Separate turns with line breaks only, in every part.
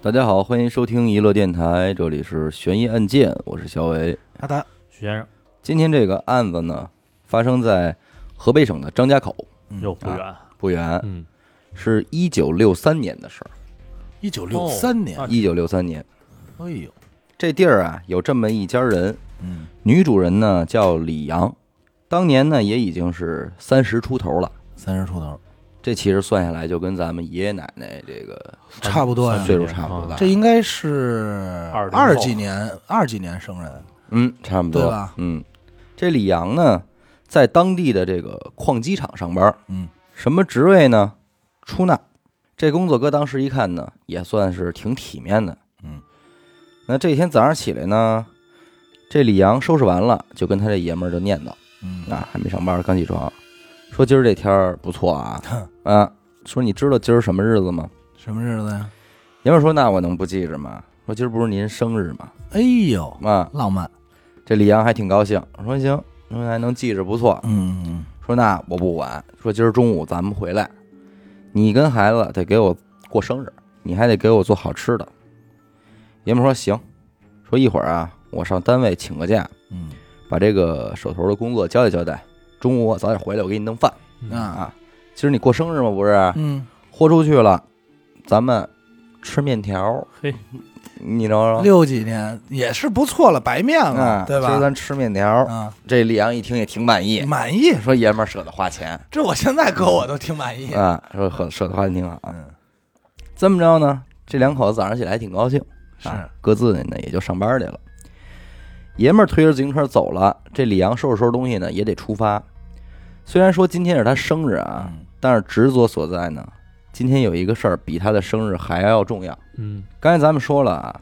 大家好，欢迎收听娱乐电台，这里是悬疑案件，我是小伟。
阿达，
许先生
今天这个案子呢，发生在河北省的张家口，
又不远，
啊
不远，
嗯，
是一九六三年的事儿。
一九六三年，
哦
一九六三年，
哎呦，
这地儿啊有这么一家人，
嗯，
女主人呢叫李阳，当年呢也已经是三十出头了。
三十出头，
这其实算下来就跟咱们爷爷奶奶这个
差不多呀啊
岁
三十啊年
数差不多大
这，应该是
二零后
二几年，二几年生人，
嗯，差不多
对吧
嗯，这李阳呢，在当地的这个矿机厂上班儿，
嗯，
什么职位呢？出纳。这工作搁当时一看呢，也算是挺体面的。
嗯，
那这天早上起来呢，这李阳收拾完了，就跟他这爷们儿就念叨
嗯，
啊，还没上班，刚起床，说今儿这天儿不错啊，
哼
啊，说你知道今儿什么日子吗？
什么日子呀？
爷们儿说那我能不记着吗？说今儿不是您生日吗？
哎呦，
啊，
浪漫，
这李阳还挺高兴，说行，说还能记着不错，
嗯嗯
说那我不管，说今儿中午咱们回来，你跟孩子得给我过生日，你还得给我做好吃的。爷们说行，说一会儿啊，我上单位请个假，
嗯，
把这个手头的工作交代交代。中午我早点回来，我给你弄饭
嗯
啊，
啊。今儿你过生日吗？不是，啊
嗯，
豁出去了，咱们吃面条，
嘿，
你知道吗？
嗯六几年也是不错了，白面
啊
了，，对
今儿
吧？
咱吃面条。
啊，
这李阳一听也挺满意，
满意，
说爷们儿舍得花钱
这我现在搁我都挺满意，
啊，说舍舍得花钱挺好啊。
嗯，
这么着呢，这两口子早上起来还挺高兴，啊
是，
各自呢也就上班去了。爷们儿推着自行车走了，这李阳收拾收拾东西呢，也得出发。虽然说今天是他生日啊，
嗯
但是职责所在呢，今天有一个事儿比他的生日还要重要。
嗯，
刚才咱们说了啊，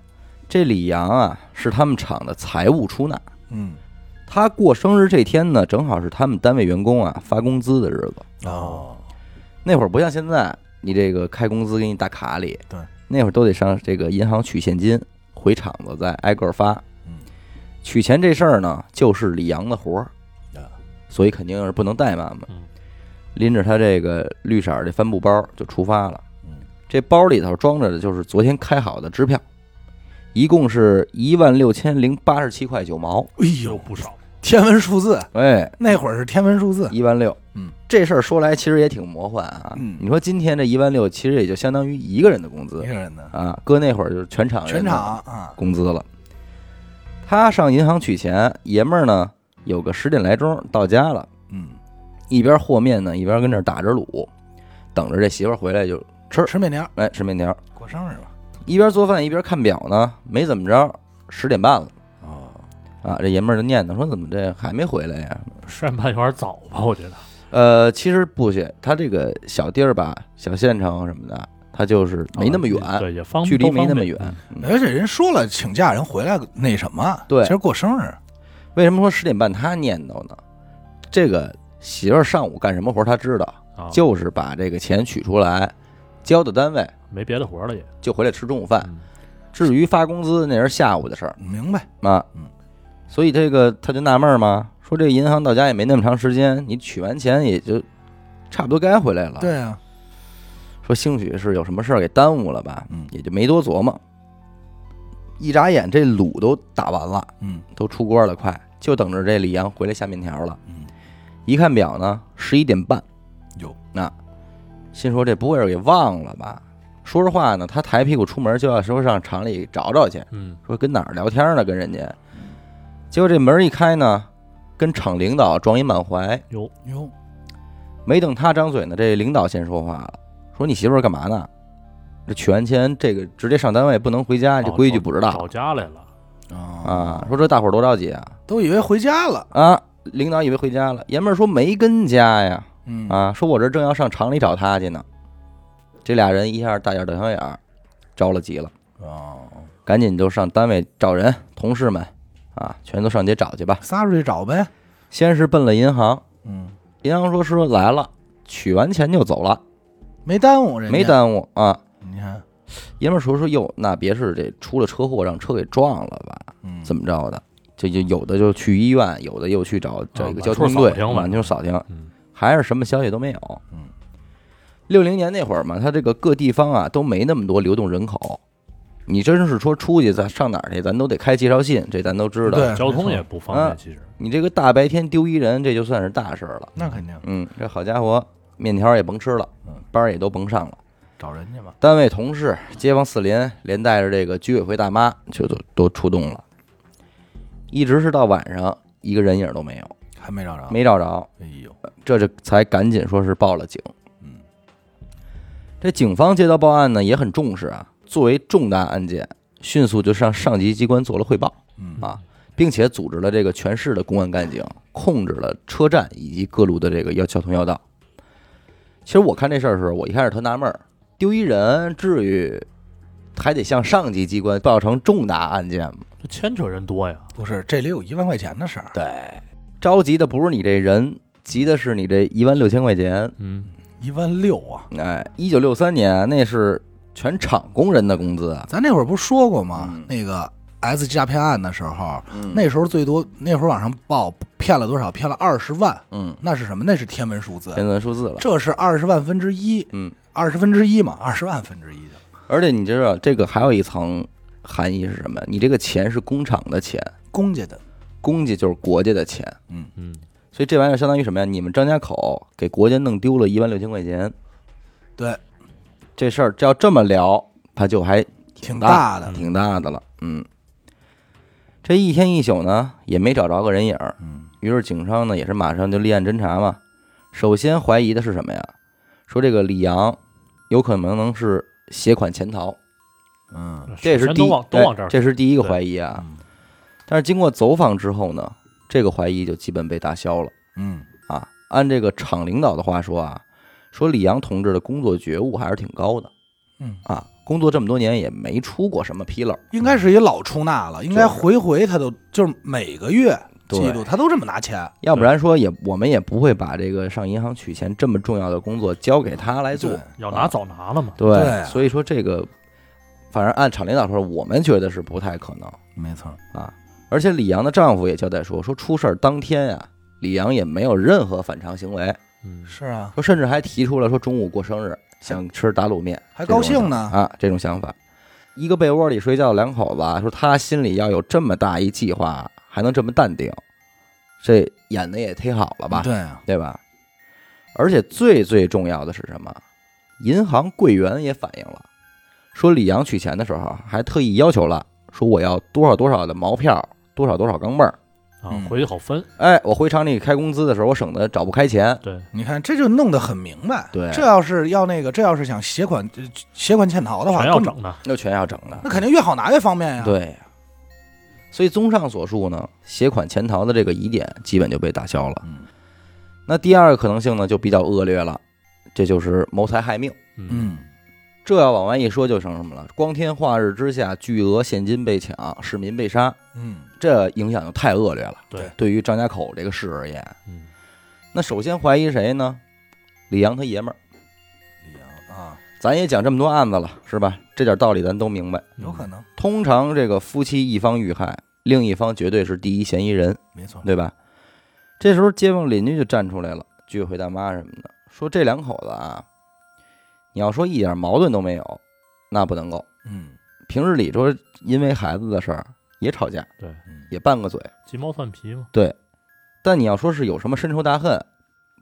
这李阳啊是他们厂的财务出纳，
嗯，
他过生日这天呢，正好是他们单位员工啊发工资的日子。
哦，
那会儿不像现在，你这个开工资给你打卡里，
对，
那会儿都得上这个银行取现金，回厂子再挨个儿发。
嗯，
取钱这事儿呢，就是李阳的活儿
啊，
所以肯定是不能怠慢嘛
嗯。
拎着他这个绿色儿的帆布包就出发了。
嗯，
这包里头装着的就是昨天开好的支票，一共是一万六千零八十七块九毛。
哎
又
呦，
不 少，
天文数字，
哎，
那会儿是天文数字，
一万六，
嗯，
这事儿说来其实也挺魔幻啊。
嗯
你说今天这一万六，其实也就相当于一个人的工资
一个人的，
啊，搁那会儿就是全场人
全
的
场啊，
工资了。他上银行取钱，爷们儿呢有个十点来钟到家了，
嗯，
一边和面呢，一边跟那儿打着卤，等着这媳妇儿回来就
吃面条，
哎吃面条，
过生日吧，
一边做饭一边看表呢，没怎么着，十点半了
哦。
啊，这爷们儿就念叨说怎么这还没回来呀？
扇半有点早吧？我觉得，
呃，其实不是，他这个小地儿吧，小县城什么的，他就是没那么远，
哦啊对，也方
距离
都
没
方
那么
便
远。嗯
而且人说了请假，人回来那什么，
对
今儿过生日，
为什么说十点半他念叨呢？这个媳妇儿上午干什么活儿他知道，
啊，
就是把这个钱取出来，交到单位
没别的活了也。
就回来吃中午饭。
嗯
至于发工资，那是下午的事儿
明白？
啊
嗯。
所以这个他就纳闷儿嘛，说这银行到家也没那么长时间，你取完钱也就差不多该回来了。
对啊，
说兴许是有什么事儿给耽误了吧，
嗯
也就没多琢磨。一眨眼，这卤都打完了，
嗯
都出锅了，快就等着这李阳回来下面条了。
嗯，
一看表呢，十一点半，
有
心说这不会是给忘了吧？说实话呢，他抬屁股出门就要说上厂里找找去，
嗯，
说跟哪儿聊天呢，跟人家。结果这门一开呢，跟厂领导撞一满怀。
有
有，
没等他张嘴呢，这领导先说话了，说你媳妇儿干嘛呢？这取完钱，这个直接上单位不能回家，这
哦
规矩不知道
哦找家来了，
啊。说这大伙儿多着急啊
都以为回家了，
啊！领导以为回家了，爷们儿说没跟家呀
嗯，
啊，说我这正要上厂里找他去呢。这俩人一下大眼瞪小眼儿，着了急了，
哦，
赶紧就上单位找人，同事们啊，全都上街找去吧。
撒出去找呗，
先是奔了银行，
嗯，
银行说师傅来了，取完钱就走了，
没耽误人家，
没耽误啊。
你看，
爷们儿说说哟，那别是这出了车祸让车给撞了吧？
嗯，
怎
么
么着的？这就有的就去医院，有的又去找找一个交通队
啊满处扫听吧
满处扫听，
嗯，
还是什么消息都没有。
嗯，
六零年那会儿嘛，他这个各地方啊都没那么多流动人口，你真是说出去咱上哪儿去，咱都得开介绍信，这咱都知道。
对
交
没
通
错
也不方
啊
便，其实
你这个大白天丢一人，这就算是大事儿了。
那肯定
嗯，这好家伙，面条也甭吃了
嗯，
班儿也都甭上了。
找人去嘛。
单位同事、街坊四邻，连带着这个居委会大妈，就都都出动了。一直是到晚上，一个人影都没有，
还没找着，
没找着，
哎呦，
这就才赶紧说是报了警。
嗯，
这警方接到报案呢，也很重视啊，作为重大案件，迅速就向上级机关做了汇报，
嗯
啊，并且组织了这个全市的公安干警，控制了车站以及各路的这个要交通要道。其实我看这事儿的时候，我一开始特纳闷儿，丢一人至于还得向上级机关报成重大案件吗？
这牵扯人多呀，
不是，这里有一万块钱的事儿，
对，着急的不是你这人，急的是你这一万六千块钱。
嗯，
一万六啊！
哎，一九六三年那是全厂工人的工资啊，
咱那会儿不是说过吗？
嗯
那个 S 诈骗案的时候，
嗯
那时候最多，那会儿往上报骗了多少？骗了二十万，
嗯，
那是什么？那是天文数字，
天文数字了。
这是二十万分之一，
嗯，
二十分之一嘛，二十万分之一的
而且你知道这个还有一层含义是什么？你这个钱是工厂的钱，
公家的，
公家就是国家的钱，
嗯，
所以这玩意儿相当于什么呀？你们张家口给国家弄丢了一万六千块钱，
对，
这事儿要这么聊，它就还
挺
大
的，
挺大的了。嗯，这一天一宿呢也没找着个人影儿，
嗯，
于是警方呢也是马上就立案侦查嘛。首先怀疑的是什么呀？说这个李阳有可能能是携款潜逃，
嗯
这是
全
第
都
一
往都
哎
往这儿，
这是第一个
对
怀疑啊。
嗯
但是经过走访之后呢，这个怀疑就基本被打消了
嗯，
啊。按这个厂领导的话说啊，说李阳同志的工作觉悟还是挺高的，
嗯
啊，工作这么多年也没出过什么纰漏，
应该是一老出纳了，应该
就是
回回他都就是每个月
对
季度他都这么拿钱，
要不然说也我们也不会把这个上银行取钱这么重要的工作交给他来做
对。
要
啊
拿早拿了嘛，
对，
对啊
所以说这个，反正按厂领导说，我们觉得是不太可能。
没错，
啊。而且李阳的丈夫也交代说，说出事儿当天呀、李阳也没有任何反常行为，
嗯，
是啊，
说甚至还提出了说中午过生日想吃打卤面，
还
这种
高兴呢
啊这种想法。一个被窝里睡觉的两口子啊，说他心里要有这么大一计划，还能这么淡定，这演的也忒好了吧，
对啊，
嗯对吧？而且最最重要的是什么？银行柜员也反映了，说李阳取钱的时候啊还特意要求了，说我要多少多少的毛票，多少多少钢镚儿。
啊
嗯，
回去好分，
哎，我回厂里开工资的时候，我省得找不开钱。
对，
你看这就弄得很明白，
对
这要是要那个，这要是想携款呃携款潜逃的话，
全要
根本
整的，
那全要整的。
那肯定越好拿越方便呀，，
对呀、所以综上所述呢，携款潜逃的这个疑点基本就被打消了。
嗯
那第二个可能性呢，就比较恶劣了，这就是谋财害命。
嗯，
嗯，
这要往外一说，就成什么了？光天化日之下，巨额现金被抢，市民被杀，
嗯，
这影响就太恶劣了。
对
对于张家口这个市而言，
嗯，
那首先怀疑谁呢？李阳他爷们儿。
李阳啊，
咱也讲这么多案子了，是吧？这点道理咱都明白。
嗯
有可能，
通常这个夫妻一方遇害，另一方绝对是第一嫌疑人，
没错，
对吧？这时候街坊邻居就站出来了，居委会大妈什么的，说这两口子啊，你要说一点矛盾都没有，那不能够。
嗯
平日里说因为孩子的事儿也吵架，
对，
嗯，
也拌个嘴，
鸡毛蒜皮嘛，
但你要说是有什么深仇大恨，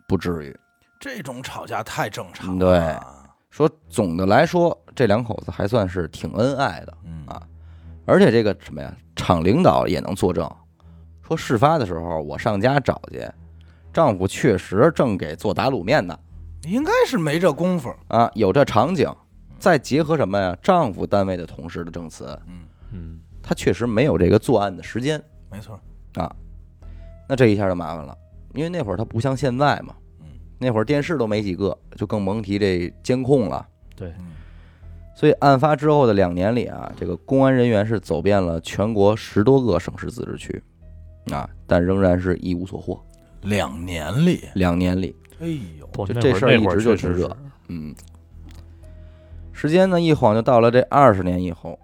不至于。
这种吵架太正常了，
对说总的来说，这两口子还算是挺恩爱的，
嗯
啊而且这个什么呀，厂领导也能作证，说事发的时候我上家找去，丈夫确实正给做打卤面呢，
应该是没这功夫，
啊，有这场景，再结合什么呀，丈夫单位的同事的证词，
嗯，
嗯，
他确实没有这个作案的时间，
没错，
那这一下就麻烦了，因为那会儿他不像现在嘛
嗯，
那会儿电视都没几个，就更甭提这监控了。
嗯
所以案发之后的两年里啊，这个公安人员是走遍了全国十多个省市自治区，啊，但仍然是一无所获。
两年里，
两年里，
哎呦，
不，
就
那
这
会
事儿
那
一
会儿
直就
确实
挺热
是
嗯，时间呢一晃就到了这二十年以后，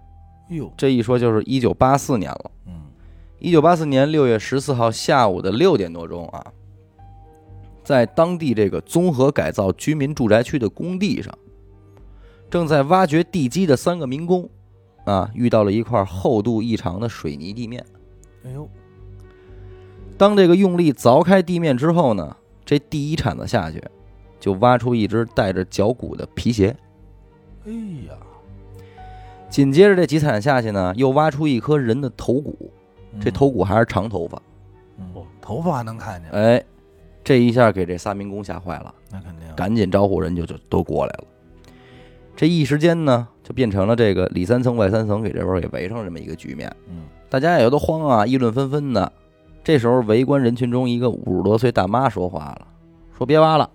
哎呦，
这一说就是一九八四年了。
嗯
一九八四年六月十四号下午的六点多钟啊，在当地这个综合改造居民住宅区的工地上，正在挖掘地基的三个民工啊，遇到了一块厚度异常的水泥地面。
哎呦，
当这个用力凿开地面之后呢，这第一铲子下去，就挖出一只带着脚骨的皮鞋。
哎呀，
紧接着这几铲下去呢，又挖出一颗人的头骨，这
嗯
头骨还是长头发。
嗯头发还能看见，
哎，这一下给这仨民工吓坏了，
那肯定。
赶紧招呼人就就都过来了。这一时间呢，就变成了这个里三层外三层给这边给围上这么一个局面。
嗯，
大家也都慌啊，议论纷纷的。这时候，围观人群中一个五十多岁大妈说话了，说：“别挖了，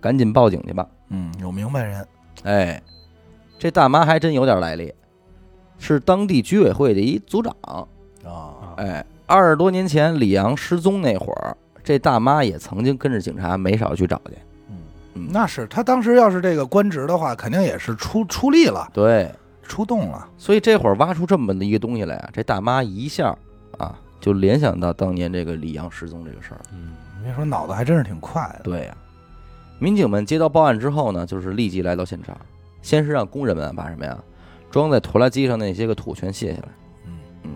赶紧报警去吧。
嗯，有明白人，”
哎，这大妈还真有点来历，是当地居委会的一组长。
啊，
哎，二十多年前李阳失踪那会儿，这大妈也曾经跟着警察没少去找去。嗯
那是他当时要是这个官职的话，肯定也是出出力了，
对，
出动了。
所以这会儿挖出这么的一个东西来啊，这大妈一下啊就联想到当年这个李阳失踪这个事儿了。
嗯，
别说脑子还真是挺快的。
对呀、民警们接到报案之后呢，就是立即来到现场，先是让工人们把什么呀，装在拖拉机上那些个土全卸下来，
嗯
嗯，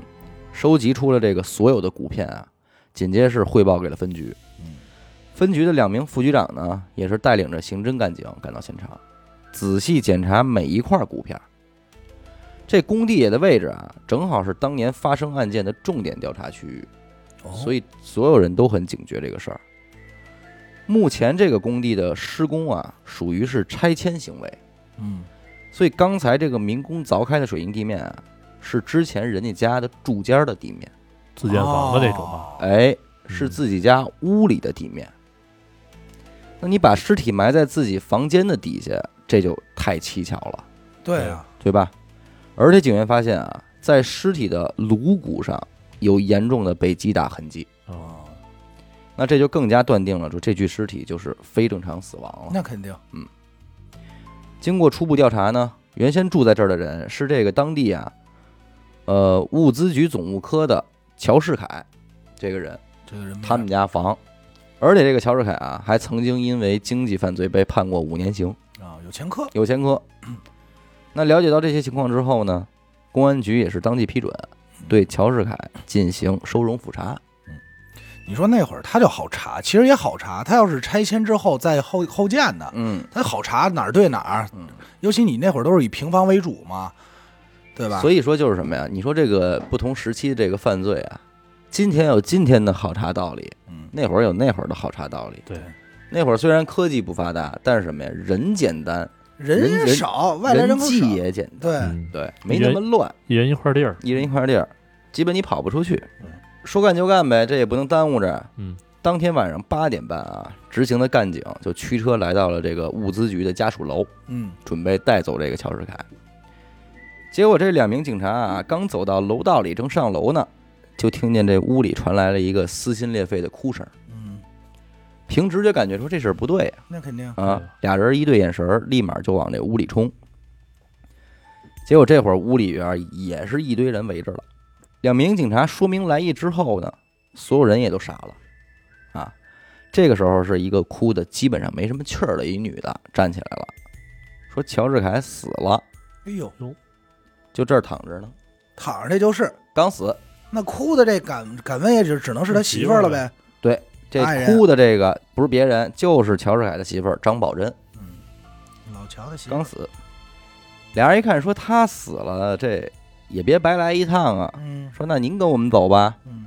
收集出了这个所有的骨片啊，紧接着是汇报给了分局
嗯。
分局的两名副局长呢，也是带领着刑侦干警赶到现场，仔细检查每一块骨片儿。这工地的位置啊，正好是当年发生案件的重点调查区域。所
以
以所有人都很警觉这个事儿。目前这个工地的施工啊，属于是拆迁行为，
嗯，
所以刚才这个民工凿开的水泥地面啊，是之前人家家的住家的地面，
自建房的那种啊吧，
吧。
哎，是自己家屋里的地面。那你把尸体埋在自己房间的底下，这就太蹊跷了，
对啊，
对吧？而且警员发现啊，在尸体的颅骨上有严重的被击打痕迹。
啊，
哦
那这就更加断定了，说这具尸体就是非正常死亡了。
那肯定。
经过初步调查呢，原先住在这儿的人是这个当地啊，呃，物资局总务科的乔世凯这个人，
这个人
他们家房，而且这个乔世凯啊，还曾经因为经济犯罪被判过五年刑，
啊有前科，
有前科。那了解到这些情况之后呢，公安局也是当即批准对乔世凯进行收容复查。
你说那会儿他就好查，其实也好查。他要是拆迁之后在后后建的，
嗯，
他好查哪儿对哪儿。
嗯
尤其你那会儿都是以平房为主嘛，对吧？
所
以
以说就是什么呀？你说这个不同时期的这个犯罪啊，今天有今天的好查道理，
嗯，
那会儿有那会儿的好查道理。
对，
那会儿虽然科技不发达，但是什么呀？人简单，人
人也
人
少，外来人口
际
少。
也简单，
对，
嗯，
对，没那么乱，
一人一块地儿，
一人一块地儿，基本你跑不出去
嗯。
说干就干呗，这也不能耽误着。
嗯，
当天晚上八点半啊，执行的干警就驱车来到了这个物资局的家属楼，
嗯，
准备带走这个乔世凯。结果这两名警察啊，刚走到楼道里，正上楼呢，就听见这屋里传来了一个撕心裂肺的哭声。
嗯，
凭直觉感觉说这事儿不对呀
那肯定。
啊
对
俩人一对眼神儿，立马就往这屋里冲。结果这会儿屋里边也是一堆人围着了。两名警察说明来意之后呢，所有人也都傻了啊。这个时候是一个哭的基本上没什么气儿的一女的站起来了，说乔治凯死了。
哎呦，
就这儿躺着呢，
躺着这就是，
刚死。
那哭的这敢敢问也只只能是他媳妇儿了呗。
这
爱人
哭的这个不是别人，就是乔治凯的媳妇儿张宝珍，
嗯，老乔的媳妇
刚
儿。
死。俩人一看，说他死了，这也别白来一趟啊。
嗯
说那您跟我们走吧，
嗯，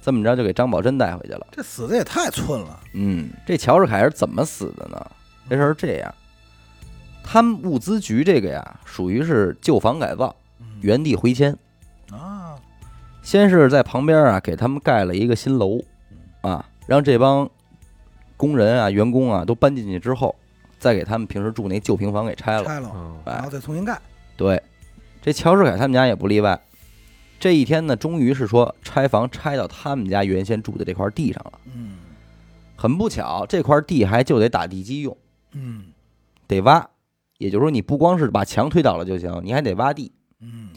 这么着就给张宝珍带回去了。
这死的也太寸了。
嗯，这乔治凯是怎么死的呢？这事儿是这样，他们物资局这个呀，属于是旧房改造，
嗯
原地回迁。
啊，
先是在旁边啊给他们盖了一个新楼，啊，让这帮工人啊、员工啊都搬进去之后，再给他们平时住那旧平房给拆了。
拆了，
嗯，
哎
然后再重新盖。
对，这乔世凯他们家也不例外。这一天呢，终于是说拆房拆到他们家原先住的这块地上了。
嗯
很不巧，这块地还就得打地基用，
嗯
得挖。也就是说，你不光是把墙推倒了就行，你还得挖地。
嗯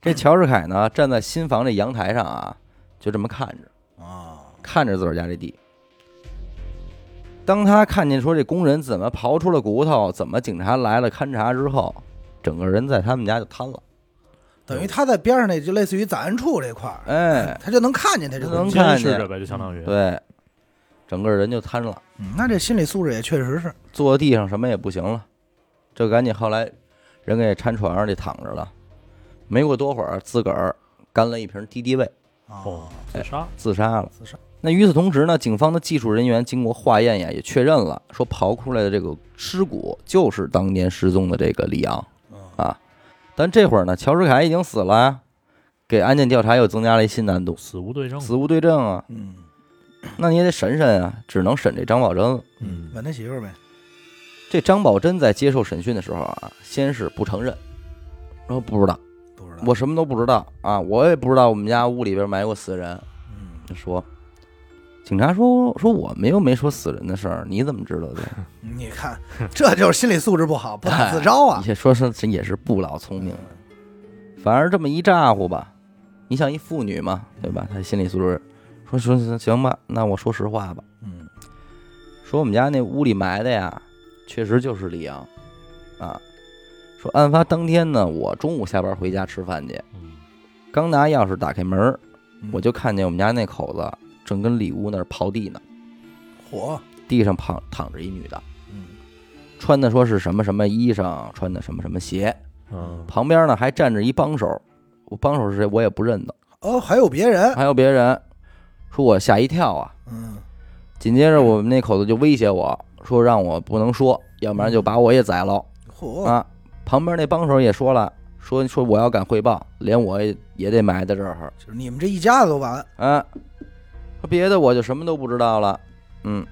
这乔世凯呢，站在新房这阳台上啊，就这么看着。
啊，
看着自个儿家这地。当他看见说这工人怎么刨出了骨头，怎么警察来了勘察之后，整个人在他们家就瘫了。
等于他在边上那就类似于档案处这块儿，
哎，
他就能看见他这
能
东西。
看
监
见嗯
视着呗，就相当于
对，整个人就瘫了，
嗯那这心理素质也确实是，
坐地上什么也不行了，这赶紧后来人给搀床上去躺着了，没过多会儿自个儿干了一瓶敌敌畏，
哦
哦，自杀
自杀了。
自杀
那与此同时呢，警方的技术人员经过化验呀，也确认了，说刨出来的这个尸骨就是当年失踪的这个李昂啊。但这会儿呢，乔世凯已经死了呀，给案件调查又增加了一新难度，
死无对证，
死无对证啊，
嗯，
那你也得审审啊，只能审这张宝珍了。
嗯，
问他媳妇儿呗，
这张宝珍在接受审讯的时候啊，先是不承认，说不知道，
不知道。
我什么都不知道啊，我也不知道我们家屋里边埋过死人。
嗯
说，警察说说我们又没说死人的事儿，你怎么知道的呀？
你看，这就是心理素质不好，不敢自招啊。
也说是这也是不老聪明了，反而这么一咋呼吧，你想一妇女嘛，对吧？她心理素质，说说行行吧，那我说实话吧，
嗯，
说我们家那屋里埋的呀，确实就是李阳，啊，说案发当天呢，我中午下班回家吃饭去，
嗯
刚拿钥匙打开门儿，
嗯
我就看见我们家那口子正跟里屋那儿刨地呢，
火，
地上躺躺着一女的，
嗯，
穿的说是什么什么衣裳，穿的什么什么鞋，
嗯
旁边呢还站着一帮手，我帮手是谁我也不认得，
哦，还有别人，
还有别人，说我吓一跳啊。
嗯，
紧接着我们那口子就威胁我说让我不能说，要不然就把我也宰了
火，
啊。旁边那帮手也说了，说说我要敢汇报，连我也也得埋在这儿
就是你们这一家子都完，
啊。说别的我就什么都不知道了，嗯。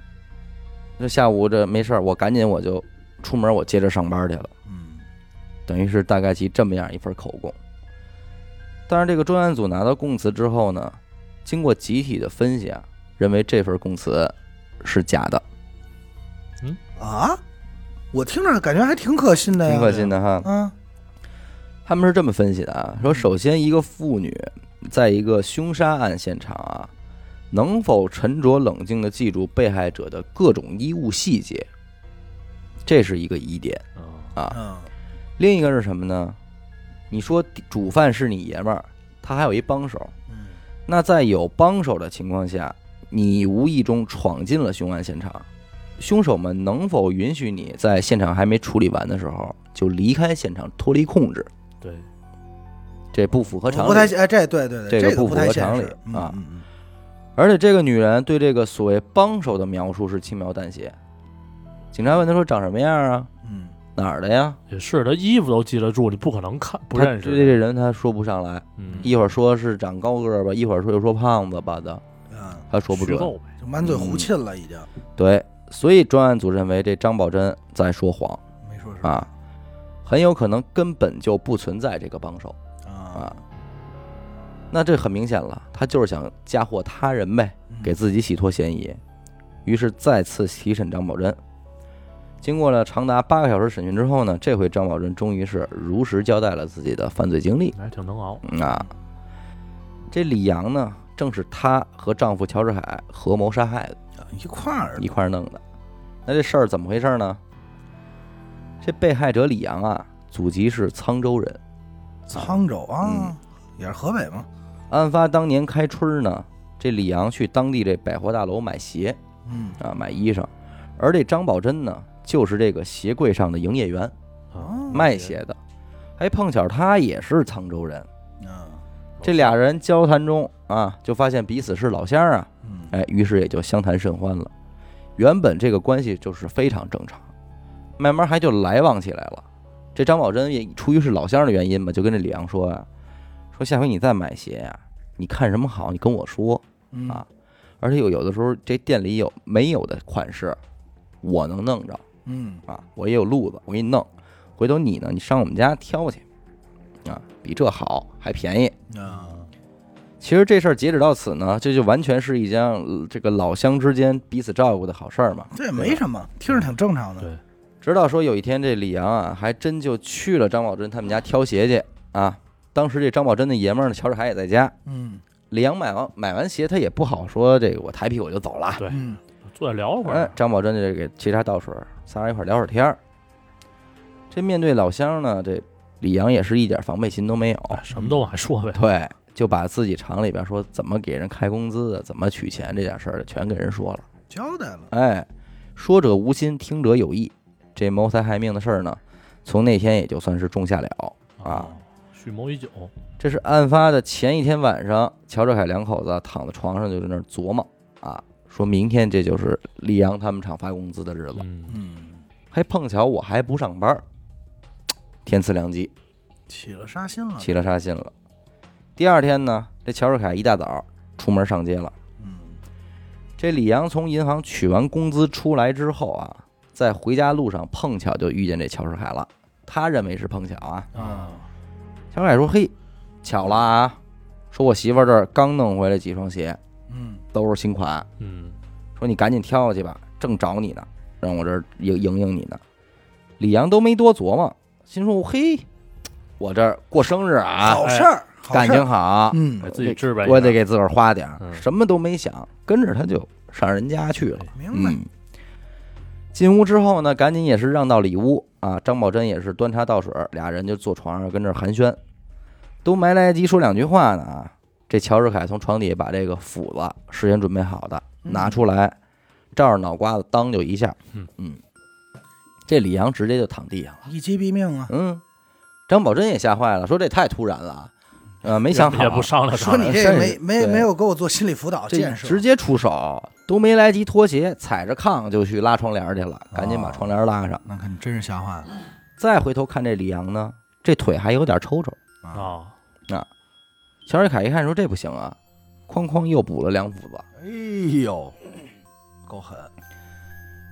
这下午这没事儿，我赶紧我就出门，我接着上班去了。
嗯，
等于是大概其这么样一份口供。但是这个专案组拿到供词之后呢，经过集体的分析啊，认为这份供词是假的，
啊，我听着感觉还挺可信的呀，
挺可信的哈。
嗯
他们是这么分析的啊，说首先一个妇女在一个凶杀案现场啊，能否沉着冷静地记住被害者的各种衣物细节，这是一个疑点。
嗯
啊
嗯，
另一个是什么呢？你说主犯是你爷们儿，他还有一帮手，
嗯
那在有帮手的情况下，你无意中闯进了凶案现场，凶手们能否允许你在现场还没处理完的时候就离开现场，脱离控制？
对，
这不符合常
不太
理。
哎，这对对
这
对，
个
这个
不
不
符
太
合
现
常
实
理
嗯
啊
嗯嗯
而且这个女人对这个所谓帮手的描述是轻描淡写。警察问她说：“长什么样啊？
嗯，
哪儿的呀
也是他衣服都记得住，你不可能看？”不
她
认识
对这人她说不上来，
嗯，
一会儿说是长高个儿吧，一会儿说又说胖子吧的，
嗯，
她说不
虚
准。
构呗，
就满嘴
嗯
胡沁了，已经
对，所以专案组认为这张宝珍在说谎。
没说是
啊，很有可能根本就不存在这个帮手
啊
啊。那这很明显了，他就是想嫁祸他人呗，
嗯
给自己洗脱嫌疑。于是再次提审张宝珍。经过了长达八个小时审讯之后呢，这回张宝珍终于是如实交代了自己的犯罪经历。
还挺能熬，
嗯啊，这李阳呢，正是她和丈夫乔治海合谋杀害的。
一块儿
一块儿弄的。那这事儿怎么回事呢？这被害者李阳啊，祖籍是沧州人，
沧州
嗯
啊，也是河北嘛，
案发当年开春儿呢，这李阳去当地这百货大楼买鞋
嗯
啊，买衣裳，而这张宝珍呢，就是这个鞋柜上的营业员，
啊，
哦
嗯卖鞋的。还碰巧他也是沧州人，
嗯
这俩人交谈中啊，就发现彼此是老乡啊，
嗯
哎，于是也就相谈甚欢了。原本这个关系就是非常正常，慢慢还就来往起来了。这张宝珍也出于是老乡的原因嘛，就跟这李阳说啊，说下回你再买鞋呀、你看什么好，你跟我说。
嗯
啊而且有有的时候这店里有没有的款式，我能弄着
嗯
啊，我也有路子，我给你弄。回头你呢，你上我们家挑去，啊，比这好还便宜。
啊
其实这事儿截止到此呢，这就完全是一件呃这个老乡之间彼此照顾的好事儿嘛。
这也没什么，听着挺正常的。
对
直到说有一天，这李阳啊，还真就去了张宝珍他们家挑鞋去啊。当时这张宝珍的爷们儿呢，乔治海也在家。
嗯
李阳买完买完鞋，他也不好说这个我抬屁股就走了。
对
嗯
坐下聊会
哎
儿，，
张宝珍就给沏茶倒水，仨人一块儿聊会儿天儿。这面对老乡呢，这李阳也是一点防备心都没有，
哎什么都往外说呗。
对，就把自己厂里边说怎么给人开工资啊，怎么取钱这件事儿全给人说了。
交代了，
哎，说者无心，听者有意，这谋财害命的事儿呢，从那天也就算是种下了。啊，
蓄谋已久，
这是案发的前一天晚上，乔治凯两口子啊躺在床上就在那儿琢磨啊，说明天这就是李阳他们厂发工资的日子，
嗯，
嗯，
还碰巧我还不上班儿，天赐良机，
起了杀心了，
起了杀心了。第二天呢，这乔治凯一大早出门上街了。
嗯，
这李阳从银行取完工资出来之后啊，在回家路上碰巧就遇见这乔世凯了。他认为是碰巧啊。
啊，
乔世凯说：“嘿，巧了啊！说我媳妇儿这儿刚弄回来几双鞋，
嗯，
都是新款，
嗯，
说你赶紧挑去吧，正找你呢，让我这儿迎迎迎你呢。”李阳都没多琢磨，心说：“嘿，我这儿过生日啊，
好事儿，好
感
事儿
情好，
嗯
给，自己治呗，
我得给自个儿花点儿。
嗯
什么都没想，跟着他就上人家去了。
明白，
嗯，进屋之后呢，赶紧也是让到里屋啊。张宝珍也是端茶倒水，俩人就坐床上跟这儿寒暄，都没来得及说两句话呢啊。这乔治凯从床底下把这个斧子事先准备好的
嗯
拿出来，照着脑瓜子当就一下
嗯，
嗯，这李阳直接就躺地上了。
一击毙命啊！
嗯，张宝珍也吓坏了，说这太突然了啊，呃，没想好，
也不商量商
说
量，
你这个没
是
没
对
没有给我做心理辅导
这
建设，
直接出手，都没来及脱鞋，踩着炕就去拉窗帘去了，赶紧把窗帘拉上。
那看你真是吓坏了
再回头看这李阳呢，这腿还有点抽抽。
啊！
啊，
乔治凯一看说这不行啊，哐哐又补了两斧子，
哎呦，够狠，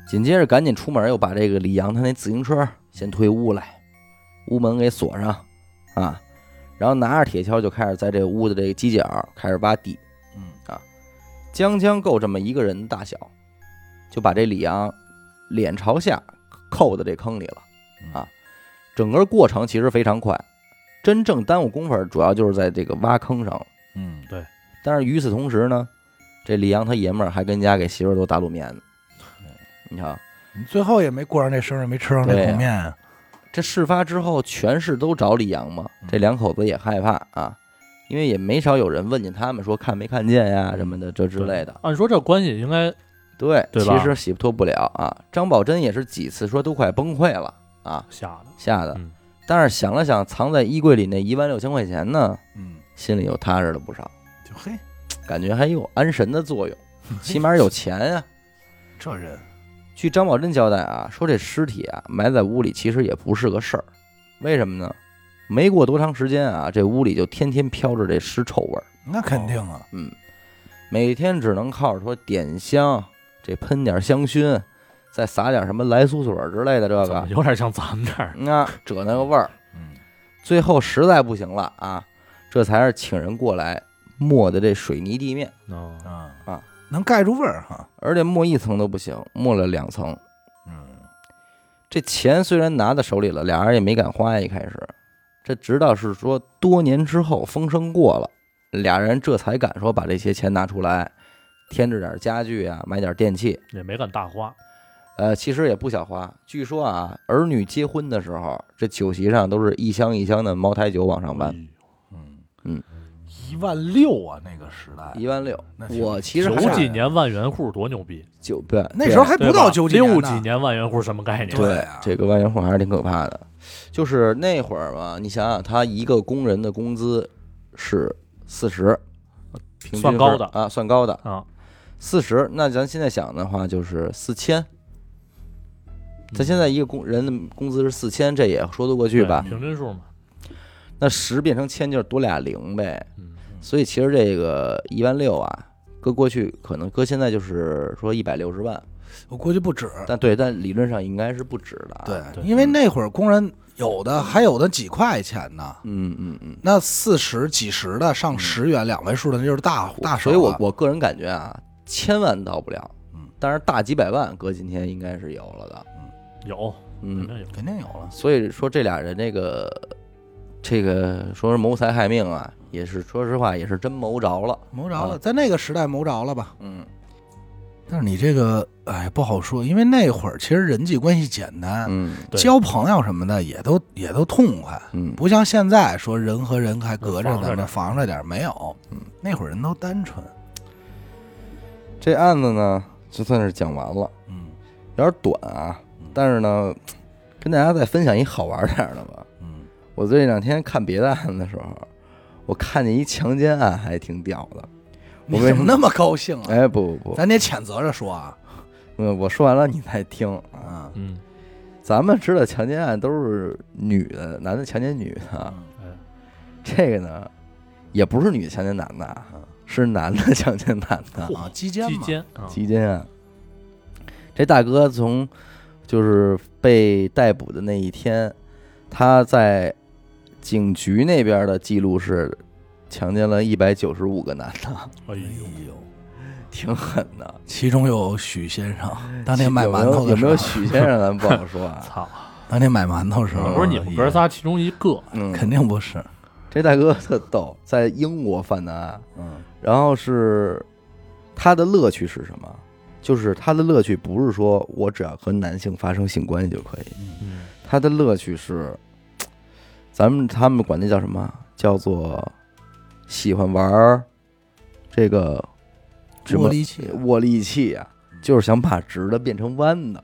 紧接着赶紧出门又把这个李阳他那自行车先推屋来，屋门给锁上啊，然后拿着铁锹就开始在这屋的这个犄角开始挖地，啊
嗯
将将够这么一个人大小，就把这李阳脸朝下扣在这坑里了啊！整个过程其实非常快，真正耽误工夫儿主要就是在这个挖坑上了。
嗯，
但是与此同时呢，这李阳他爷们儿还跟家给媳妇儿都打卤面呢。你看，
你最后也没过上这生日，没吃上这
对呀
苦面啊，
这事发之后，全市都找李阳嘛，
嗯
这两口子也害怕啊，因为也没少有人问见他们说看没看见呀
嗯
什么的这之类的。
按说这关系应该
对，
对
其
吧
实洗脱不了啊。张宝珍也是几次说都快崩溃了啊，
下的，
吓得
嗯。
但是想了想，藏在衣柜里那一万六千块钱呢，
嗯，
心里又踏实了不少，
就嘿，
感觉还有安神的作用，
哎
起码有钱啊呀、
这人
据张宝珍交代啊，说这尸体啊埋在屋里其实也不是个事儿，为什么呢？没过多长时间啊，这屋里就天天飘着这尸臭味儿，嗯
那肯定啊，
每天只能靠着说点香，这喷点香薰，再撒点什么来苏水之类的这
怎
个
么，有点像咱们这儿，
那褶那个味儿。
嗯，
最后实在不行了啊，这才是请人过来抹的这水泥地面，
嗯，
啊
啊，
能盖住味儿哈，
而且抹一层都不行，抹了两层。
嗯，
这钱虽然拿在手里了，俩人也没敢花呀。一开始，这直到是说多年之后风声过了，俩人这才敢说把这些钱拿出来，添置点家具啊，买点电器。
也没敢大花，
呃，其实也不小花。据说啊，儿女结婚的时候，这酒席上都是一箱一箱的茅台酒往上搬，
嗯
嗯，
一万六啊，那个时代，
一万六
那。挺
我其实
九
还
吓人
几年万元户多牛逼，
九对
那时候还
对
不到
吧
九几
六
呢
几，年万元户什么概念？
对啊
这个万元户还是挺可怕的。就是那会儿嘛，你想想，他一个工人的工资是四十，平均
算高的
分啊，算高的
啊，
四十。那咱现在想的话，就是四千。咱现在一个工人的工资是四千，这也说得过去
嗯对
吧？
平均数嘛，
那十变成千就是多俩零呗。
嗯，
所以其实这个一万六啊，搁过去可能搁现在就是说一百六十万，
我估计不止，
但对，但理论上应该是不止啊的。，
啊对，
对
因为那会儿工人有的还有的几块钱呢，
嗯嗯嗯。
那四十几十的上十元两位数的那就是大大手
所以
了，
我我个人感觉啊，千万到不了，
嗯，
但是大几百万搁今天应该是有了的，
有肯
嗯，
定有，
肯定有了，
所以说这俩人这个这个说是谋财害命啊，也是说实话也是真谋着了，
谋着
啊
了，在那个时代谋着了吧？
嗯，
嗯但是你这个，哎，不好说，因为那会儿其实人际关系简单，
嗯
对
交朋友什么的也都也都痛快，
嗯，
不像现在说人和人还隔着
防着
咱们
点嗯
防着点儿，没有，那会儿人都单纯，
这案子呢就算是讲完了，
嗯
有点短啊，但是呢，跟大家再分享一好玩点儿的吧。
嗯，
我这两天看别的案子的时候，我看见一强奸案，还挺屌的。
你
我为什
怎么
么
那么高兴啊？
哎，不不不，
咱得谴责着说啊，
嗯，我说完了你再听啊。
嗯
嗯，
咱们知道强奸案都是女的，男的强奸女的，啊
嗯
哎，
这个呢，也不是女的强奸男的啊
嗯，
是男的强奸男的。
啊，鸡奸
鸡
嘛，
奸啊，
期间啊，这大哥从就是被逮捕的那一天，他在警局那边的记录是强奸了一百九十五个男的，
哎
哎呦，
呦，
挺狠的。
其中有许先生，当天卖馒头
有没哎有有
的时
没有
候，
许先生，咱不好说 啊。
操！
当天买馒头的时候，
不是你们哥仨其中一个，
嗯，
肯定不是，
这大哥特逗，在英国犯的案，
嗯
然后是他的乐趣是什么？就是他的乐趣不是说我只要和男性发生性关系就可以，
嗯，
他的乐趣是，咱们他们管那叫什么？叫做喜欢玩儿这个什么
握力器
握力器啊，就是想把直的变成弯的。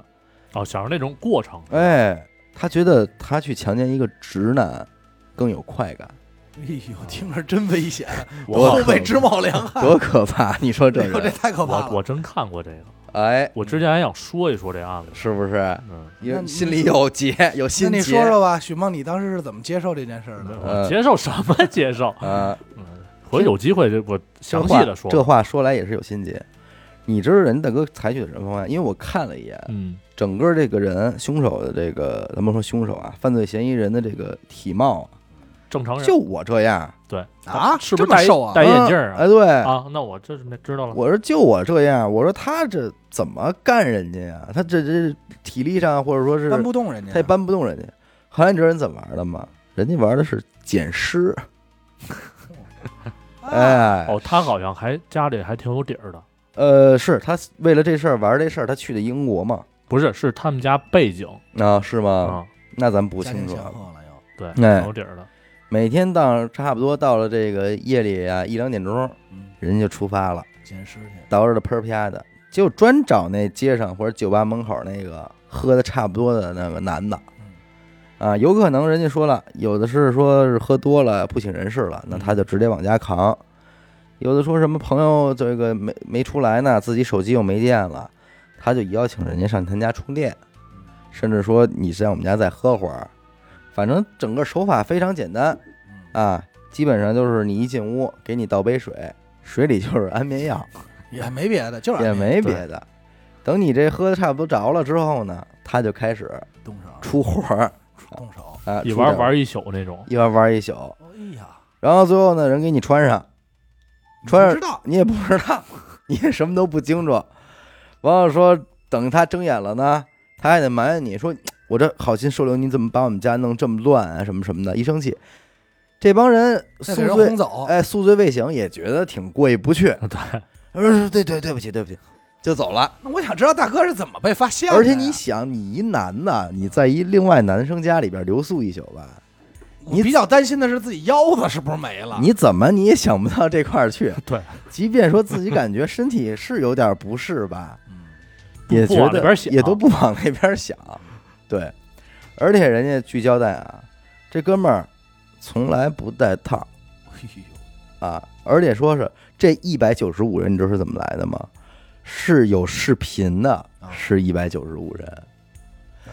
哦，想着那种过程，
哎，他觉得他去强奸一个直男更有快感，
哎呦，听着真危险，
我
后背直冒凉汗，
多可怕！你 说这
哎呦这
人，
太可怕
我
了。
我真看过这个，
哎，
我之前还想说一说这案子，
是不是？
嗯，
那
有
你
心里有结，有
那
心结。
你说说吧，许梦，你当时是怎么接受这件事儿的？
呃
我接受什么 接受？
啊，
嗯，回头有机会就我
这
详细
话
的说，
这话说来也是有心结。你知道人大哥采取的什么方案？因为我看了一眼，
嗯
整个这个人凶手的这个，咱们说凶手啊，犯罪嫌疑人的这个体貌啊，
正常人
就我这样
对
啊，
是不
这
是
么
戴
瘦啊？
戴眼镜儿
啊哎，对，
啊？那我这是没知道了，
我说就我这样，我说他这怎么干人家呀？他这这体力上或者说是
搬不动人家，
他也 搬不动人家。后来你知道人怎么玩的吗？人家玩的是捡尸，
哎，
哎，
啊哦，他好像还家里还挺有底儿的，
呃，是他为了这事儿玩这事儿，他去的英国嘛？
不是，是他们家背景
啊，是吗？
啊，
那咱不
家庭
清楚
显
啊。
赫了又。
对，
哎
挺有底儿的，
每天到差不多到了这个夜里啊一两点钟，
嗯，
人家就出发了。
捡尸去，
捯饬的喷儿啪的，就专找那街上或者酒吧门口那个喝的差不多的那个男的
嗯，
啊，有可能人家说了，有的是说是喝多了不省人事了，那他就直接往家扛；有的说什么朋友这个没没出来呢，自己手机又没电了，他就邀请人家上他家充电，甚至说你在我们家再喝会儿，反正整个手法非常简单啊，基本上就是你一进屋给你倒杯水，水里就是安眠药。
也没别的，就是
也
安眠
没别的。等你这喝的差不多着了之后呢，他就开始
动手，
出活儿
动手。
啊，
一
出
玩
点
玩一宿那种，
一玩玩一宿，
哎呀，
然后最后呢，人给你穿上，穿
不
上
知道，
你也不知道， 你也什么都不清楚。完了说，等他睁眼了呢，他还得埋怨你说，我这好心收留你，怎么把我们家弄这么乱啊，什么什么的。一生气，这帮人宿
再给人
醉
轰，走，
哎，宿醉未醒，也觉得挺过意不去。
对，
说啊对对对不起对不起，就走了。
那我想知道大哥是怎么被发
啊
现的
哎
呀，
而且你想，你一男的，你在一另外男生家里边留宿一宿吧，
你比较担心的是自己腰子是不是没了？
你怎么你也想不到这块儿去。
对，
即便说自己感觉身体是有点不适 吧，
嗯
不
也
不
觉
往那
得
边想
也都不往那边想。 对，而且人家据交代啊，这哥们儿从来不带套
哎呦
啊，而且说是这一百九十五人，你知道是怎么来的吗？是有视频的，
啊
是一百九十五人。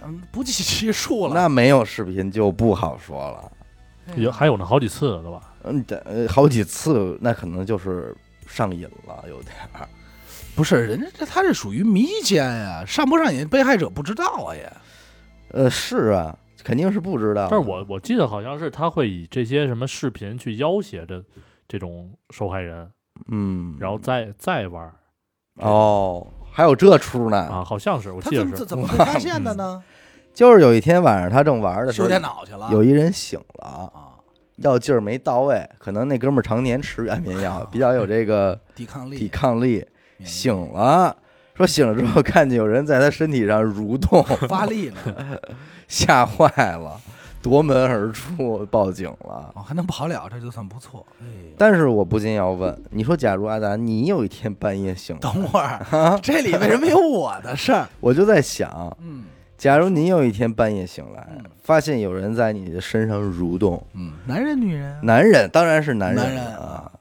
嗯， 不计其数了。
那没有视频就不好说了。
有还有呢，好几次了都吧？
嗯，得呃好几次，那可能就是上瘾了，有点儿。
不是人家这他这属于迷奸呀、上不上瘾被害者不知道啊也。
呃，是啊，肯定是不知道。
但是我我记得好像是他会以这些什么视频去要挟着这种受害人，
嗯，啊
然后再再玩儿
哦，还有这出呢，
啊，好像是我
他
记得
怎么
是，
怎么被发现的呢？
就是有一天晚上他正玩的时
修
候，
电脑去了。
嗯有一人醒了，
啊，
药劲儿没到位，可能那哥们儿常年吃安眠药，比较有这个
啊 抵抗力
抵抗力，
免疫
醒了，说醒了之后看见有人在他身体上蠕动，
发力呢，
吓坏了，夺门而出，报警了。
哦，还能跑了，这就算不错。哎呦
但是我不禁要问，你说假如阿达，你有一天半夜醒 了，
等会儿，这里为什么有我的事 儿？
我就在想，
嗯
假如你有一天半夜醒来
嗯，
发现有人在你的身上蠕动，
嗯，男人女人啊，
男人当然是男人
男人
啊，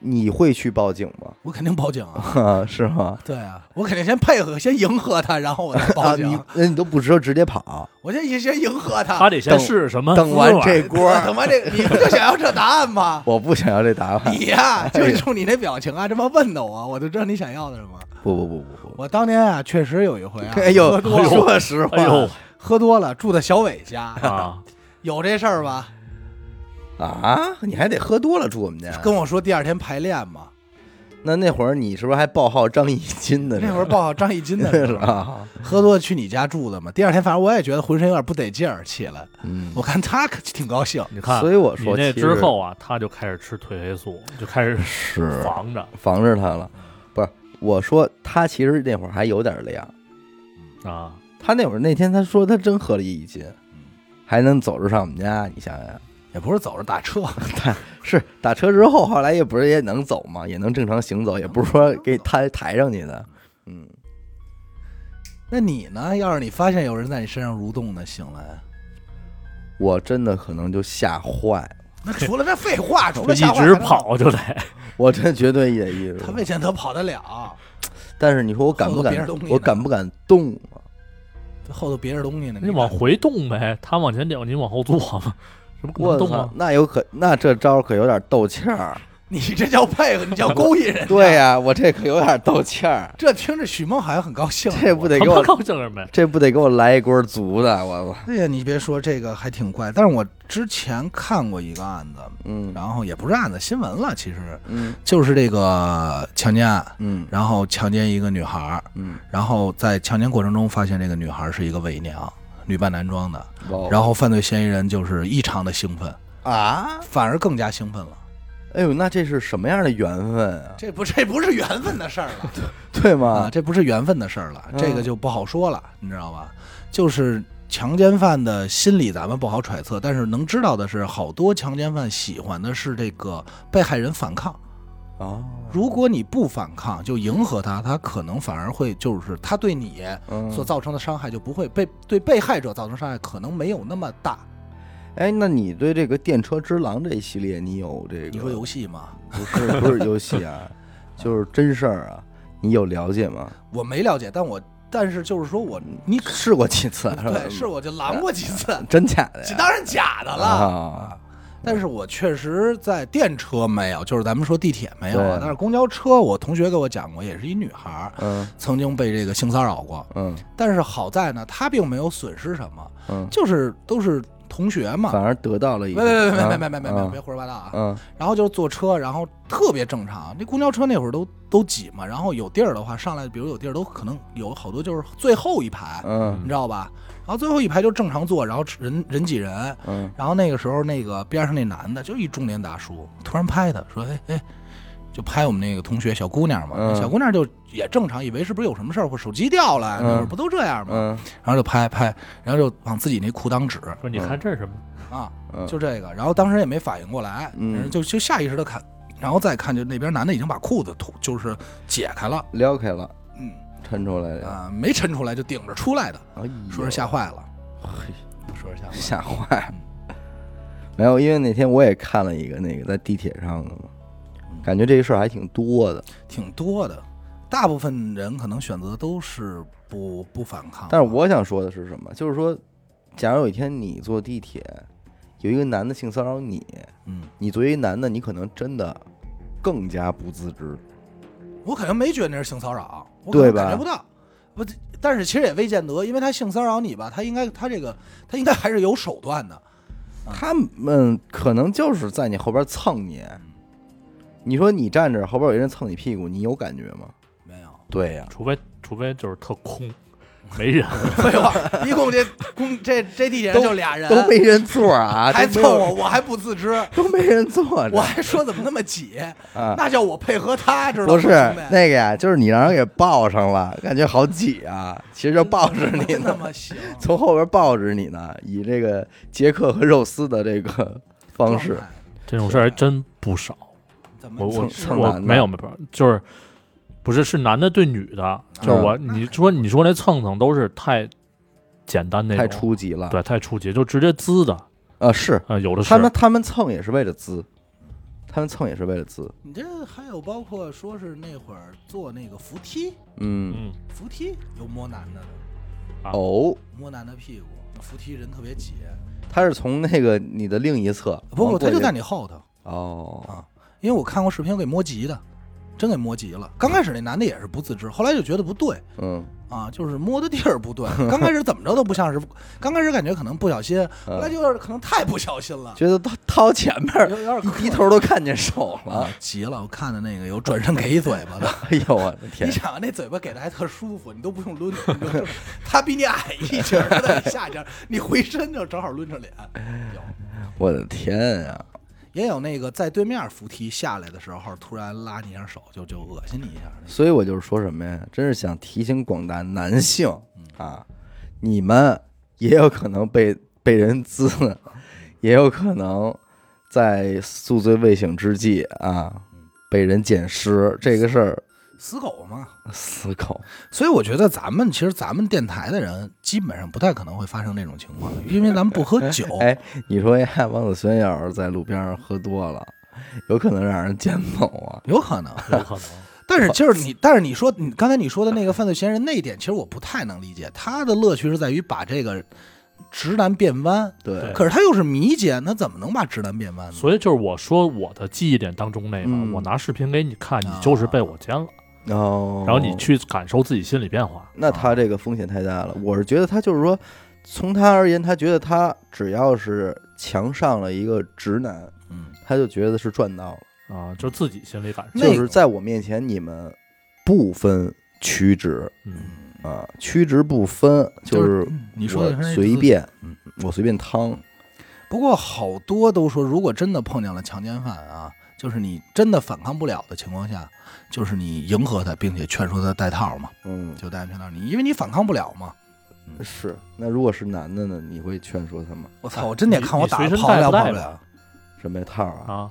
你会去报警吗？
我肯定报警啊。
是吗？
对啊，我肯定先配合，先迎合他，然后我再报
啊，
警。
你那你都不说直接跑，
我先先迎合他。
他得先
等
试什
啊
么滋味儿？
等完这锅儿，？
他妈这，你不就想要这答案 吗
我不想要这答案。
你呀、就是冲你那表情啊，这么问的我，我就知道你想要的是什么。
不不不不不，
我当年啊，确实有一回啊，
哎呦，
喝多了，
说实话
哎呦
喝多了住在小伟家，
啊，
有这事儿吧？
啊，你还得喝多了住我们家。
跟我说第二天排练嘛，
那那会儿你是不是还报号张一金的？
那会儿报好张艺金 的
是
时候，
吧？
喝多了去你家住的嘛。第二天反正我也觉得浑身有点不得劲儿，起来，
嗯，
我看他可挺高兴，
你看，
所以我
你
说
那
其
之
实
后啊，他就开始吃褪黑素，就开始
是
防着
防着他了。不是，我说他其实那会儿还有点量，
啊。
他那会儿那天他说他真喝了一斤
嗯，
还能走着上我们家，你想想。
也不是走着打车，
是打车之后，后来也不是也能走嘛，也能正常行走，也不是说给抬抬上去的。嗯，
那你呢？要是你发现有人在你身上蠕动呢，醒来，
我真的可能就吓坏了，
那除了那废话，除
就
了
一
瞎话
直
还能，
跑就得，
我真绝对也意识
他
到。
未见得跑得了，
但是你说我敢不
后头别
敢
人东西？呢
我敢不敢动啊？
这后头别着东西呢。
你
看
往回动呗，他往前扭，你往后坐嘛，这不
我
能动啊
操
吗，？
那有可那这招可有点斗气儿。。
你这叫配合，你叫勾引人
对、呀、我这可有点斗气儿，
这听着许梦海很高兴。啊
这不得
他
给
妈
我
高兴什么呀？
这不得给我来一锅足的？我我
哎呀，你别说这个还挺怪，但是我之前看过一个案子，
嗯
然后也不是案子，新闻了，其实
嗯
就是这个强奸案，
嗯
然后强奸一个女孩儿，
嗯，
然后在强奸过程中发现这个女孩儿是一个伪娘，女扮男装的，
哇
然后犯罪嫌疑人就是异常的兴奋，
啊，
反而更加兴奋了。
哎呦，那这是什么样的缘分啊？
这不这不是缘分的事儿了
对
啊，
吗？
这不是缘分的事儿了，
嗯
这个就不好说了，你知道吧？就是强奸犯的心理咱们不好揣测，但是能知道的是，好多强奸犯喜欢的是这个被害人反抗。
啊，
如果你不反抗，就迎合他，他可能反而会就是他对你
嗯
所造成的伤害就不会被对被害者造成伤害可能没有那么大。
哎，那你对这个电车之狼这一系列，你有这个？
你说游戏吗？
不是不是游戏啊，就是真事儿啊，你有了解吗？
我没了解，但我但是就是说我
嗯
你
试过几次？吧
对是我就拦过几次，
真假的
这
呀？
当然假的了。
嗯啊，
但是我确实在电车没有，就是咱们说地铁没有啊
对，
但是公交车，我同学给我讲过，也是一女孩儿
嗯
曾经被这个性骚扰过，
嗯
但是好在呢，她并没有损失什么，
嗯，
就是都是同学嘛
反。而得到了一
别
个。
别别别别
啊
别别别别
啊
胡说八道啊！
嗯
然后就是坐车，然后特别正常。那公交车那会儿都都挤嘛，然后有地儿的话上来，比如有地儿都可能有好多就是最后一排，你
嗯
知道吧？然后最后一排就正常坐，然后人人挤人，
嗯
然后那个时候，那个边上那男的就一中年大叔，突然拍他说：“哎哎，就拍我们那个同学小姑娘嘛。
嗯
小姑娘就也正常，以为是不是有什么事儿或手机掉了，
嗯
那会儿不都这样吗？
嗯
然后就拍拍，然后就往自己那裤裆指
说你看这是什么？
啊，
嗯，
就这个。然后当时也没反应过来，
嗯
然后就就下意识的看，然后再看就那边男的已经把裤子脱，就是解开了，
撩开了，
嗯
抻出来了。
啊、没抻出来就顶着出来的，
哎呦
说是吓坏了，
嘿
说是吓
吓
坏了。
坏了。没有，因为那天我也看了一个那个在地铁上的嘛，
嗯
感觉这个事儿还挺多的。
挺多的，大部分人可能选择都是不不反抗。
但是我想说的是什么？就是说，假如有一天你坐地铁，有一个男的性骚扰你，
嗯，
你作为一男的，你可能真的更加不自知。
我肯定没觉得那是性骚扰，我
对
可能
吧
感觉不到。不，但是其实也未见得，因为他性骚扰你吧，他应该他这个他应该还是有手段的。啊
他们可能就是在你后边蹭你。你说你站着，后边有一人蹭你屁股，你有感觉吗？
没有，
对呀、
除非除非就是特空，没人，
废话， 一共这公这这地铁上就俩人，
都没人坐啊，
还
都
凑
没有
我，我还不自知，
都没人坐着。
我还说怎么那么挤，
啊，
那叫我配合他，知道吗？
不是
兄弟
那个呀，就是你让人给抱上了，感觉好挤啊，其实就抱着你
真他
呢，
妈行，
从后边抱着你呢，以这个杰克和肉丝的这个方式
状，态
这种事儿还真不少。
怎么
我我
蹭
我
男的
没有没有，就是不是是男的对女的，
嗯
就是我、你说你说那蹭蹭都是太简单那种，
太初级了。
对太初级，就直接滋的啊、
啊，是
呃有的是
他们他们蹭也是为了滋，他们蹭也是为了滋。
你这还有包括说是那会儿坐那个扶梯，
嗯，
嗯
扶梯有摸男的的，
哦，
摸男的屁股，那扶梯人特别挤，
他是从那个你的另一侧往
不
哦过
不，
去，
他就在你后头，
哦，
因为我看过视频，我给摸急的，真给摸急了。刚开始那男的也是不自知，后来就觉得不对
嗯，
啊，就是摸的地儿 不对。刚开始怎么着都不像是，刚开始感觉可能不小心，后来
嗯
就是可能太不小心了，
觉得掏掏前面儿
有有点
低头都看见手
啊
了，
急了。我看的那个有转身给一嘴巴的，
哎呦我的天
你！想那嘴巴给的还特舒服，你都不用抡，你就 正他比你矮一截儿，他在你下一截儿，你回身就正好抡着脸。有
我的天啊！
也有那个在对面扶梯下来的时候，突然拉你一下手，就就恶心你一下那
所以我就是说什么呀，真是想提醒广大男性
嗯
啊，你们也有可能被被人滋，也有可能在宿醉未醒之际啊
嗯
被人捡尸，这个事儿
个死狗嘛。
死狗。
所以我觉得咱们其实咱们电台的人基本上不太可能会发生这种情况，因为咱们不喝酒。
哎，你说呀，王子轩要是在路边儿喝多了，有可能让人捡走啊。
有可能，
有可能
但是就是你，但是你说你刚才你说的那个犯罪嫌疑人那一点，其实我不太能理解。他的乐趣是在于把这个直男变弯，
对，
可是他又是迷奸，他怎么能把直男变弯呢？
所以就是我说我的记忆点当中那个，
嗯啊
我拿视频给你看，你就是被我奸了，
哦，
然后你去感受自己心理变化。
那
啊
他这个风险太大了。我是觉得他就是说，从他而言，他觉得他只要是强上了一个直男，
嗯，
他就觉得是赚到了。
啊、就自己心里感受
那，
就是在我面前，你们不分曲直
嗯，
啊，曲直不分，就是
嗯你说的
我
是那
随
自。
便
嗯，
我随便趟。
不过好多都说，如果真的碰见了强奸犯啊，就是你真的反抗不了的情况下，就是你迎合他，并且劝说他戴套嘛，
嗯，
就戴安全套。你因为你反抗不了嘛。
是。那如果是男的呢？你会劝说他吗？
我操，我真得看我打的
你随身
跑不了
带不带
跑不
吧
了，
什么套啊？
啊，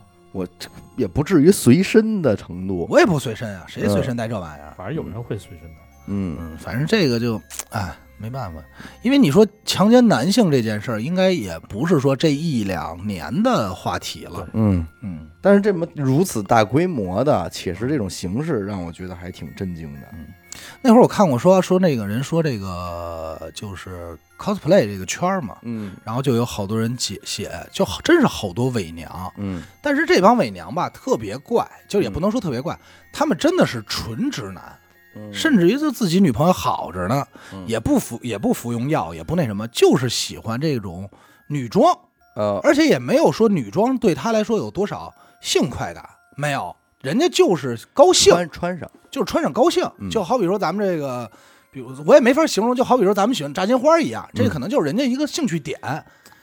也不至于随身的程度。
我也不随身啊，谁随身带这玩意儿？
反正有人会随身的，
嗯，
嗯，反正这个就，哎，没办法，因为你说强奸男性这件事儿，应该也不是说这一两年的话题了。
嗯。
嗯，
但是这么如此大规模的，且是这种形式，让我觉得还挺震惊的。
那会儿我看过说说那个人说这个就是 cosplay 这个圈儿嘛，
嗯
然后就有好多人解写，就好真是好多伪娘。
嗯
但是这帮伪娘吧，特别怪，就也不能说特别怪，他们真的是纯直男，
嗯
甚至于就自己女朋友好着呢，
嗯
也不服也不服用药，也不那什么，就是喜欢这种女装，
呃，
而且也没有说女装对他来说有多少性快感，没有，人家就是高兴，
穿穿上，
就是穿上高兴，
嗯
就好比说咱们这个。比如我也没法形容，就好比说咱们喜欢炸金花一
嗯
样，这可能就是人家一个兴趣点，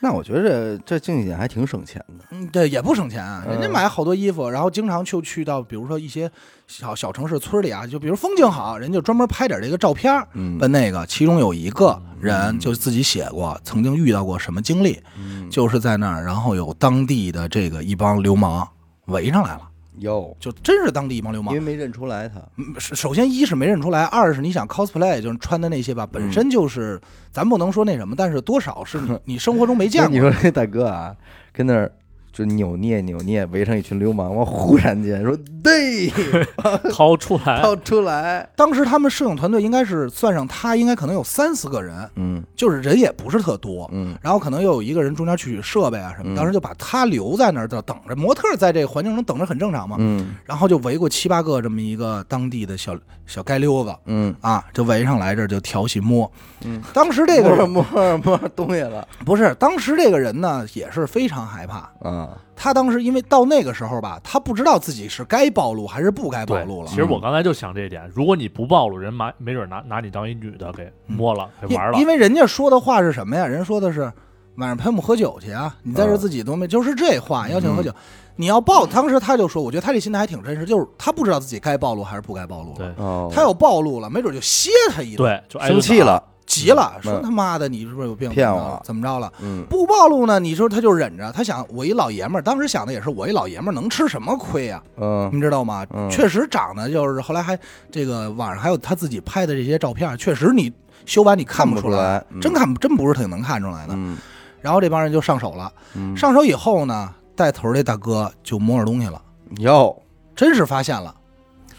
那我觉得这这竞技点还挺省钱的。
嗯，对，也不省钱啊，人家
嗯
买好多衣服，然后经常就去到，比如说一些小小城市村里啊，就比如风景好，人就专门拍点这个照片儿。
嗯
问那个，其中有一个人就自己写过，曾经遇到过什么经历，
嗯，
就是在那儿，然后有当地的这个一帮流氓围上来了，
有，
就真是当地一帮流
因
氓
为。没认出来他。
嗯首首先，一是没认出来，二是你想 cosplay 就是穿的那些吧，
嗯
本身就是咱不能说那什么，但是多少是 你你生活中没见
那
过的。
你说这大哥啊，跟那儿就扭捏扭捏，围上一群流氓，我忽然间说对，
掏出来，
要出来。
当时他们摄影团队应该是算上他，应该可能有三四个人，
嗯
就是人也不是特多。
嗯
然后可能又有一个人中间去取设备啊什么，
嗯
当时就把他留在那儿等等着。模特在这个环境中等着很正常嘛。
嗯
然后就围过七八个这么一个当地的小小街溜子
嗯，
啊，就围上来这儿就调戏摸。
嗯，
当时这 个
摸摸
人
摸东西了
不是，当时这个人呢也是非常害怕，
啊啊，
他当时因为到那个时候吧，他不知道自己是该暴露还是不该暴
对
露，了
其。实我刚才就想这一点，如果你不暴露，人拿没准拿拿你当一女的给摸了，给玩了
嗯因因。为人家说的话是什么呀？人说的是晚上陪我们喝酒去啊，你在这儿自己都没，就是这话邀请
嗯
喝酒。你要暴，当时他就说，我觉得他这心态还挺真实，就是他不知道自己该暴露还是不该暴露了。
对
哦，
他要暴露了，没准就歇他一顿，
对，就挨
生
顿
气
打，
了，
急了，说
嗯
他妈的你是不是有病？
骗
怎么
我
着
了
怎么着了？
嗯，
不暴露呢？你说他就忍着，他想我一老爷们儿，当时想的也是我一老爷们儿能吃什么亏啊呀、
嗯
你知道吗？
嗯
确实长得就是后来还这个网上还有他自己拍的这些照片，确实你修完你看
看不出
出来
来，嗯
真看不真不是挺能看出来的。
嗯
然后这帮人就上手了，
嗯，
上手以后呢，带头这大哥就摸着东西了，
哟，
真是发现了，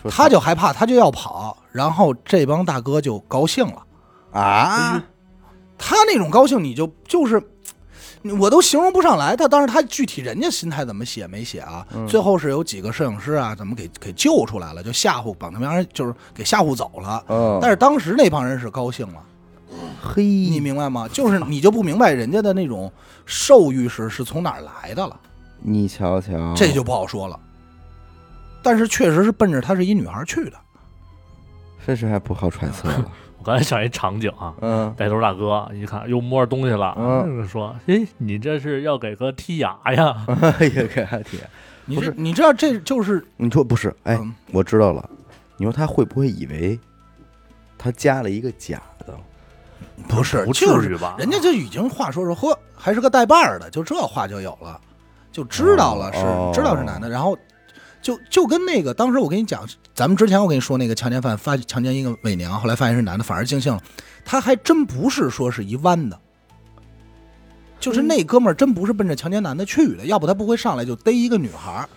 说
他就害怕，他就要跑，然后这帮大哥就高兴了，
啊，
他那种高兴你就就是。我都形容不上来，他当时他具体人家心态怎么写没写啊？
嗯
最后是有几个摄影师啊，怎么给给救出来了，就吓唬把他们让人就是给吓唬走了。
嗯，
但是当时那帮人是高兴了，
嘿，
你
你
明白吗？就是你就不明白人家的那种兽欲是是从哪儿来的了，
你瞧瞧，
这就不好说了。但是确实是奔着她是一女孩去的，
这是还不好揣测 了，
我刚才想一场景啊，
嗯
带头大哥一看又摸着东西了，
嗯
说：“哎，你这是要给哥剔牙呀
也给他铁，
你
不
这
是
你知道这就是
你说不是？哎，
嗯
我知道了，你说他会不会以为他加了一个假的？
不是？”
不至
就
于
是
吧？
人家就已经话说说呵，还是个带把儿的，就这话就有了，就知道了是、
哦
知道是男的，然后就就跟那个当时我跟你讲，咱们之前我跟你说那个强奸犯发强奸一个伪娘，后来发现是男的，反而尽兴了，他还真不是说是一弯的。就是那哥们儿真不是奔着强奸男的去的，要不他不会上来就逮一个女孩儿。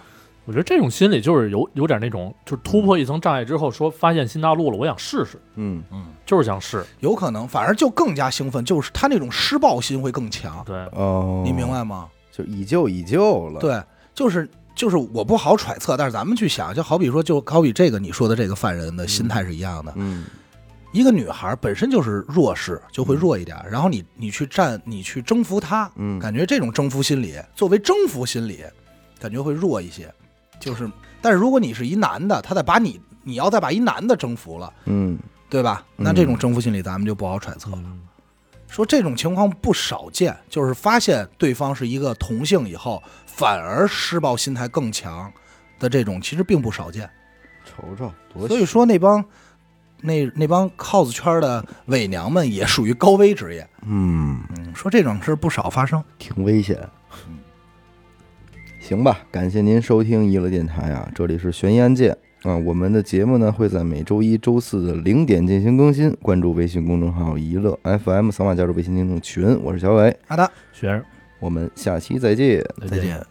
我觉得这种心理就是有有点那种，就是突破一层障碍之后，说发现新大陆了，我想试试，
嗯，
就是想试。
有可能，反而就更加兴奋，就是他那种施暴心会更强，
对，
哦，
你明，白吗？
就以旧以旧了，，
对，就是就是我不好揣测，但是咱们去想，就好比说，就好比这个你说的这个犯人的心态是一样的。
嗯
一个女孩本身就是弱势，就会弱一点，然后你你去占，你去征服她，
嗯，
感觉这种征服心理作为征服心理，感觉会弱一些。就是，但是如果你是一男的，他再把你，你要再把一男的征服了，
嗯，
对吧？那这种征服心理咱们就不好揣测了。
嗯，
说这种情况不少见，就是发现对方是一个同性以后，反而施暴心态更强的这种，其实并不少见。
瞅瞅，多
所以说那帮那那帮 cos 圈的伪娘们也属于高危职业，
嗯，
嗯，说这种事不少发生。
挺危险。行吧，感谢您收听娱乐电台啊，这里是悬疑案件啊。我们的节目呢会在每周一周四的零点进行更新，关注微信公众号“娱乐 FM”，扫码加入微信听众群。我是小伟，
好的，
学生
我们下期再见。
再见。